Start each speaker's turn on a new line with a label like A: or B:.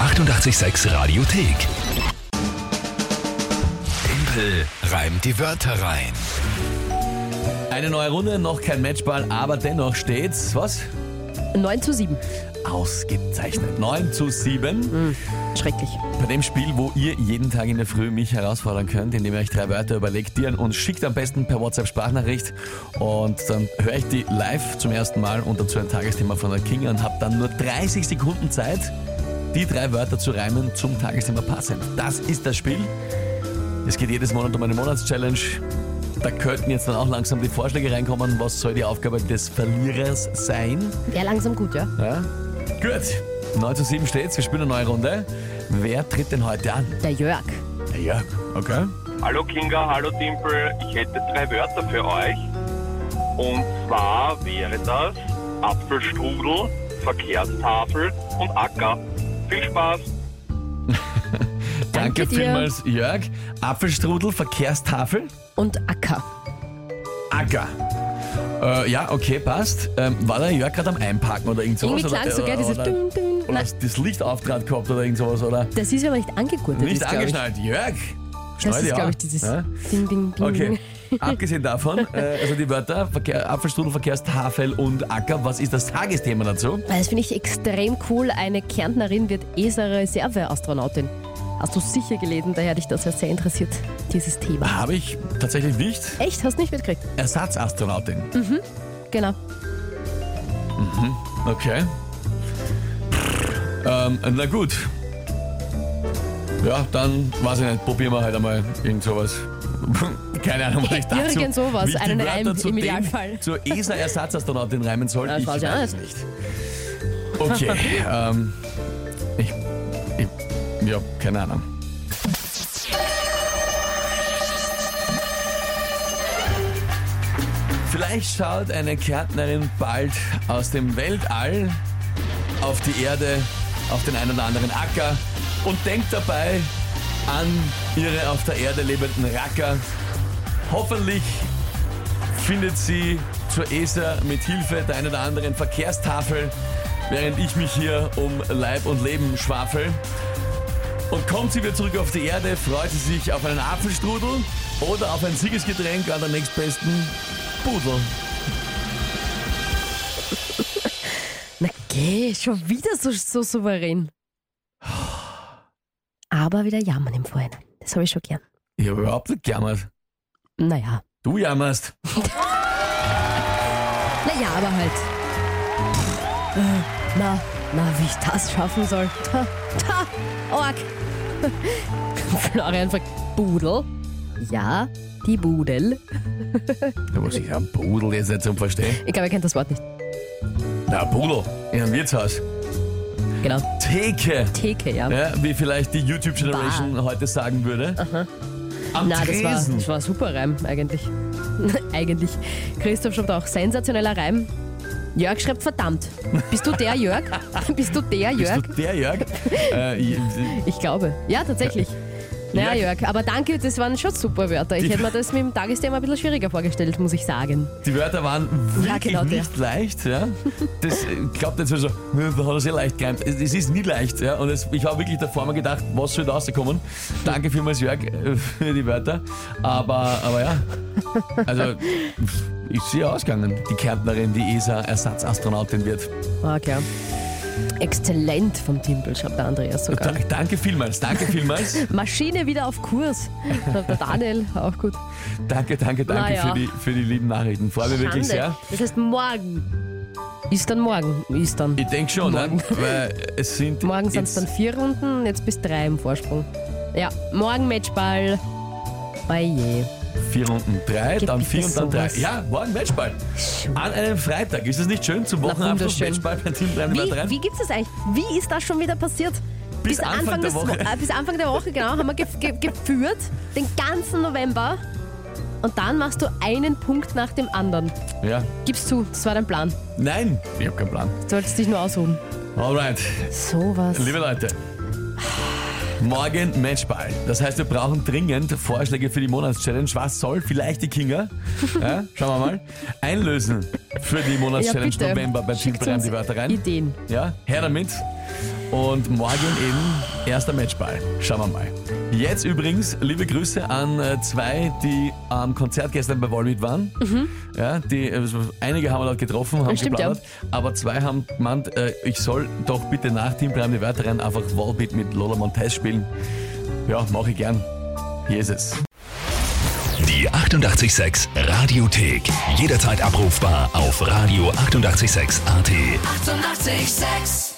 A: 886 Radiothek. Tempel reimt die Wörter rein.
B: Eine neue Runde, noch kein Matchball, aber dennoch steht's, was?
C: 9 zu 7.
B: Ausgezeichnet. 9 zu 7.
C: Schrecklich.
B: Bei dem Spiel, wo ihr jeden Tag in der Früh mich herausfordern könnt, indem ihr euch drei Wörter überlegt, die an uns schickt, am besten per WhatsApp-Sprachnachricht. Und dann höre ich die live zum ersten Mal und dazu ein Tagesthema von der King und habe dann nur 30 Sekunden Zeit, die drei Wörter zu reimen zum Tagesthema passend. Das ist das Spiel. Es geht jedes Monat um eine Monatschallenge. Da könnten jetzt dann auch langsam die Vorschläge reinkommen, was soll die Aufgabe des Verlierers sein.
C: Wäre langsam gut, ja?
B: Ja? Gut. 9 zu 7 steht's, wir spielen eine neue Runde. Wer tritt denn heute an?
C: Der Jörg.
B: Der Jörg. Okay.
D: Hallo Kinga, hallo Timpel. Ich hätte drei Wörter für euch. Und zwar wäre das Apfelstrudel, Verkehrstafel und Acker. Viel Spaß.
C: Danke dir.
B: vielmals, Jörg. Apfelstrudel, Verkehrstafel,
C: Und Acker.
B: Acker. Äh, ja, okay, passt. Ähm, war der Jörg gerade am Einparken oder irgend sowas?
C: Irgendwie klang
B: oder,
C: so, gell, dieses
B: oder,
C: Dün, Dün.
B: oder
C: Nein.
B: das Licht aufdraht gehabt oder irgend sowas, oder?
C: Das ist aber nicht angegurtet.
B: Nicht
C: ist, glaub
B: angeschnallt, Jörg.
C: Ich. Das
B: Schneide
C: ist,
B: ja.
C: glaube ich, dieses
B: Ja?
C: Ding, Ding, Ding.
B: Okay. Abgesehen davon, äh, also die Wörter Verkehr, Apfelstrudel, Verkehrstafel und Acker. Was ist das Tagesthema dazu?
C: Das finde ich extrem cool. Eine Kärntnerin wird ESA-Reserve-Astronautin. Hast du sicher gelesen, daher dich das ja sehr interessiert, dieses Thema.
B: Habe ich tatsächlich nicht.
C: Echt? Hast nicht mitgekriegt?
B: Ersatzastronautin.
C: Genau.
B: Okay. Ähm, na gut. Ja, dann weiß ich nicht, probieren wir halt einmal irgend sowas. Keine Ahnung, was ich dazu...
C: Irgend sowas,
B: wie ich die
C: einen
B: Wörter
C: Reim
B: zu
C: im
B: dem-
C: Idealfall.
B: Zur ESA-Ersatzastronautin reimen soll,
C: Ja, das
B: ich weiß
C: weiß ich auch
B: es nicht. Okay, ähm... Ich, ich, ja, keine Ahnung. Vielleicht schaut eine Kärntnerin bald aus dem Weltall auf die Erde, auf den einen oder anderen Acker und denkt dabei an ihre auf der Erde lebenden Racker. Hoffentlich findet sie zur ESA mit Hilfe der einen oder anderen Verkehrstafel, während ich mich hier um Leib und Leben schwafel. Und kommt sie wieder zurück auf die Erde, freut sie sich auf einen Apfelstrudel oder auf ein Siegesgetränk an der nächstbesten Pudel.
C: Na geh, schon wieder so, so souverän. Aber wieder jammern im Vorhinein. Das habe ich schon gern.
B: Ich habe überhaupt nicht gejammert.
C: Naja.
B: Du jammerst.
C: Naja, aber halt. Pff, äh, Na, na, wie ich das schaffen soll. Ta, ta, org. Florian fragt, Budel? Ja, die Budel.
B: Da muss ich sagen, Pudel jetzt nicht zum Verstehen.
C: Ich glaube, er kennt das Wort nicht.
B: Na, Pudel, in einem Wirtshaus.
C: Genau.
B: Theke.
C: Theke, ja.
B: Ja, wie vielleicht die YouTube-Generation heute sagen würde. Am
C: Na, das war,
B: Tresen.
C: das war ein super Reim, eigentlich. eigentlich. Christoph schreibt auch, sensationeller Reim. Jörg schreibt, verdammt. Bist du der Jörg? Bist du der Jörg?
B: Bist du der Jörg? äh, ich-
C: Ich glaube. Ja, tatsächlich. Naja,
B: Jörg.
C: Jörg, aber danke, das waren schon super Wörter. Ich hätte mir das mit dem Tagesthema ein bisschen schwieriger vorgestellt, muss ich sagen.
B: die Wörter waren
C: Ja,
B: wirklich
C: genau, der.
B: nicht leicht. Ja? Das äh, glaubt jetzt so, so, "Nö, da hat er sehr leicht gereimt. Es, es ist nie leicht. Ja? Und es, ich habe wirklich davor mal gedacht, was soll da rauskommen? Danke vielmals, Jörg, äh, für die Wörter. Aber, aber ja, also ist sehr ausgegangen. Die Kärntnerin, die E ESA-Ersatzastronautin wird.
C: Ah, klar. Exzellent vom Timpel, schreibt der Andreas sogar.
B: Da- Danke vielmals, danke vielmals.
C: Maschine wieder auf Kurs, schreibt der Daniel, auch gut.
B: Danke, danke, danke
C: Naja.
B: für, die, für die lieben Nachrichten. Freue mich wirklich sehr.
C: Schande. Das heißt, morgen. Ist dann morgen. Ist dann.
B: Ich denke schon, ne?
C: Morgen.
B: weil es sind.
C: Morgen sind es
B: jetzt-
C: dann vier Runden, jetzt bis drei im Vorsprung. Ja, morgen Matchball. Oje.
B: Vier Runden drei,
C: Gibt
B: dann vier
C: es
B: und dann drei.
C: sowas?
B: Ja, morgen Matchball. An einem Freitag. Ist es nicht schön? Zum Wochenabschluss
C: wunderschön.
B: Matchball bei Team 3
C: Wie, wie gibt's das eigentlich? Wie ist das schon wieder passiert?
B: Bis Anfang der
C: des,
B: Woche.
C: äh, bis Anfang der Woche, genau, haben wir ge ge geführt, den ganzen November. Und dann machst du einen Punkt nach dem anderen.
B: Ja.
C: Gib's zu, das war dein Plan.
B: Nein, ich habe keinen Plan.
C: Du solltest dich nur ausruhen.
B: Alright,
C: Sowas.
B: liebe Leute. Morgen Matchball. Das heißt, wir brauchen dringend Vorschläge für die Monatschallenge. Was soll vielleicht die Kinga? Ja, schauen wir mal. Einlösen für die
C: ja,
B: Monatschallenge
C: bitte.
B: November bei Team
C: Schickt
B: 3
C: uns
B: die Wörter rein.
C: Ideen.
B: Ja, her damit. Und morgen eben erster Matchball. Schauen wir mal. Jetzt übrigens liebe Grüße an äh, zwei, die am Konzert gestern bei Wollmit waren. Ja, die, äh, einige haben wir dort getroffen, haben
C: Mhm. Stimmt, ja.
B: geplaudert, aber zwei haben gemeint, äh, ich soll doch bitte nach Team Prime die Wörter rein einfach Wallbeat mit Lola Montez spielen. Ja, mache ich gern. Jesus.
A: Die 886 Radiothek. Jederzeit abrufbar auf radio886.at. 886! 886.
E: 886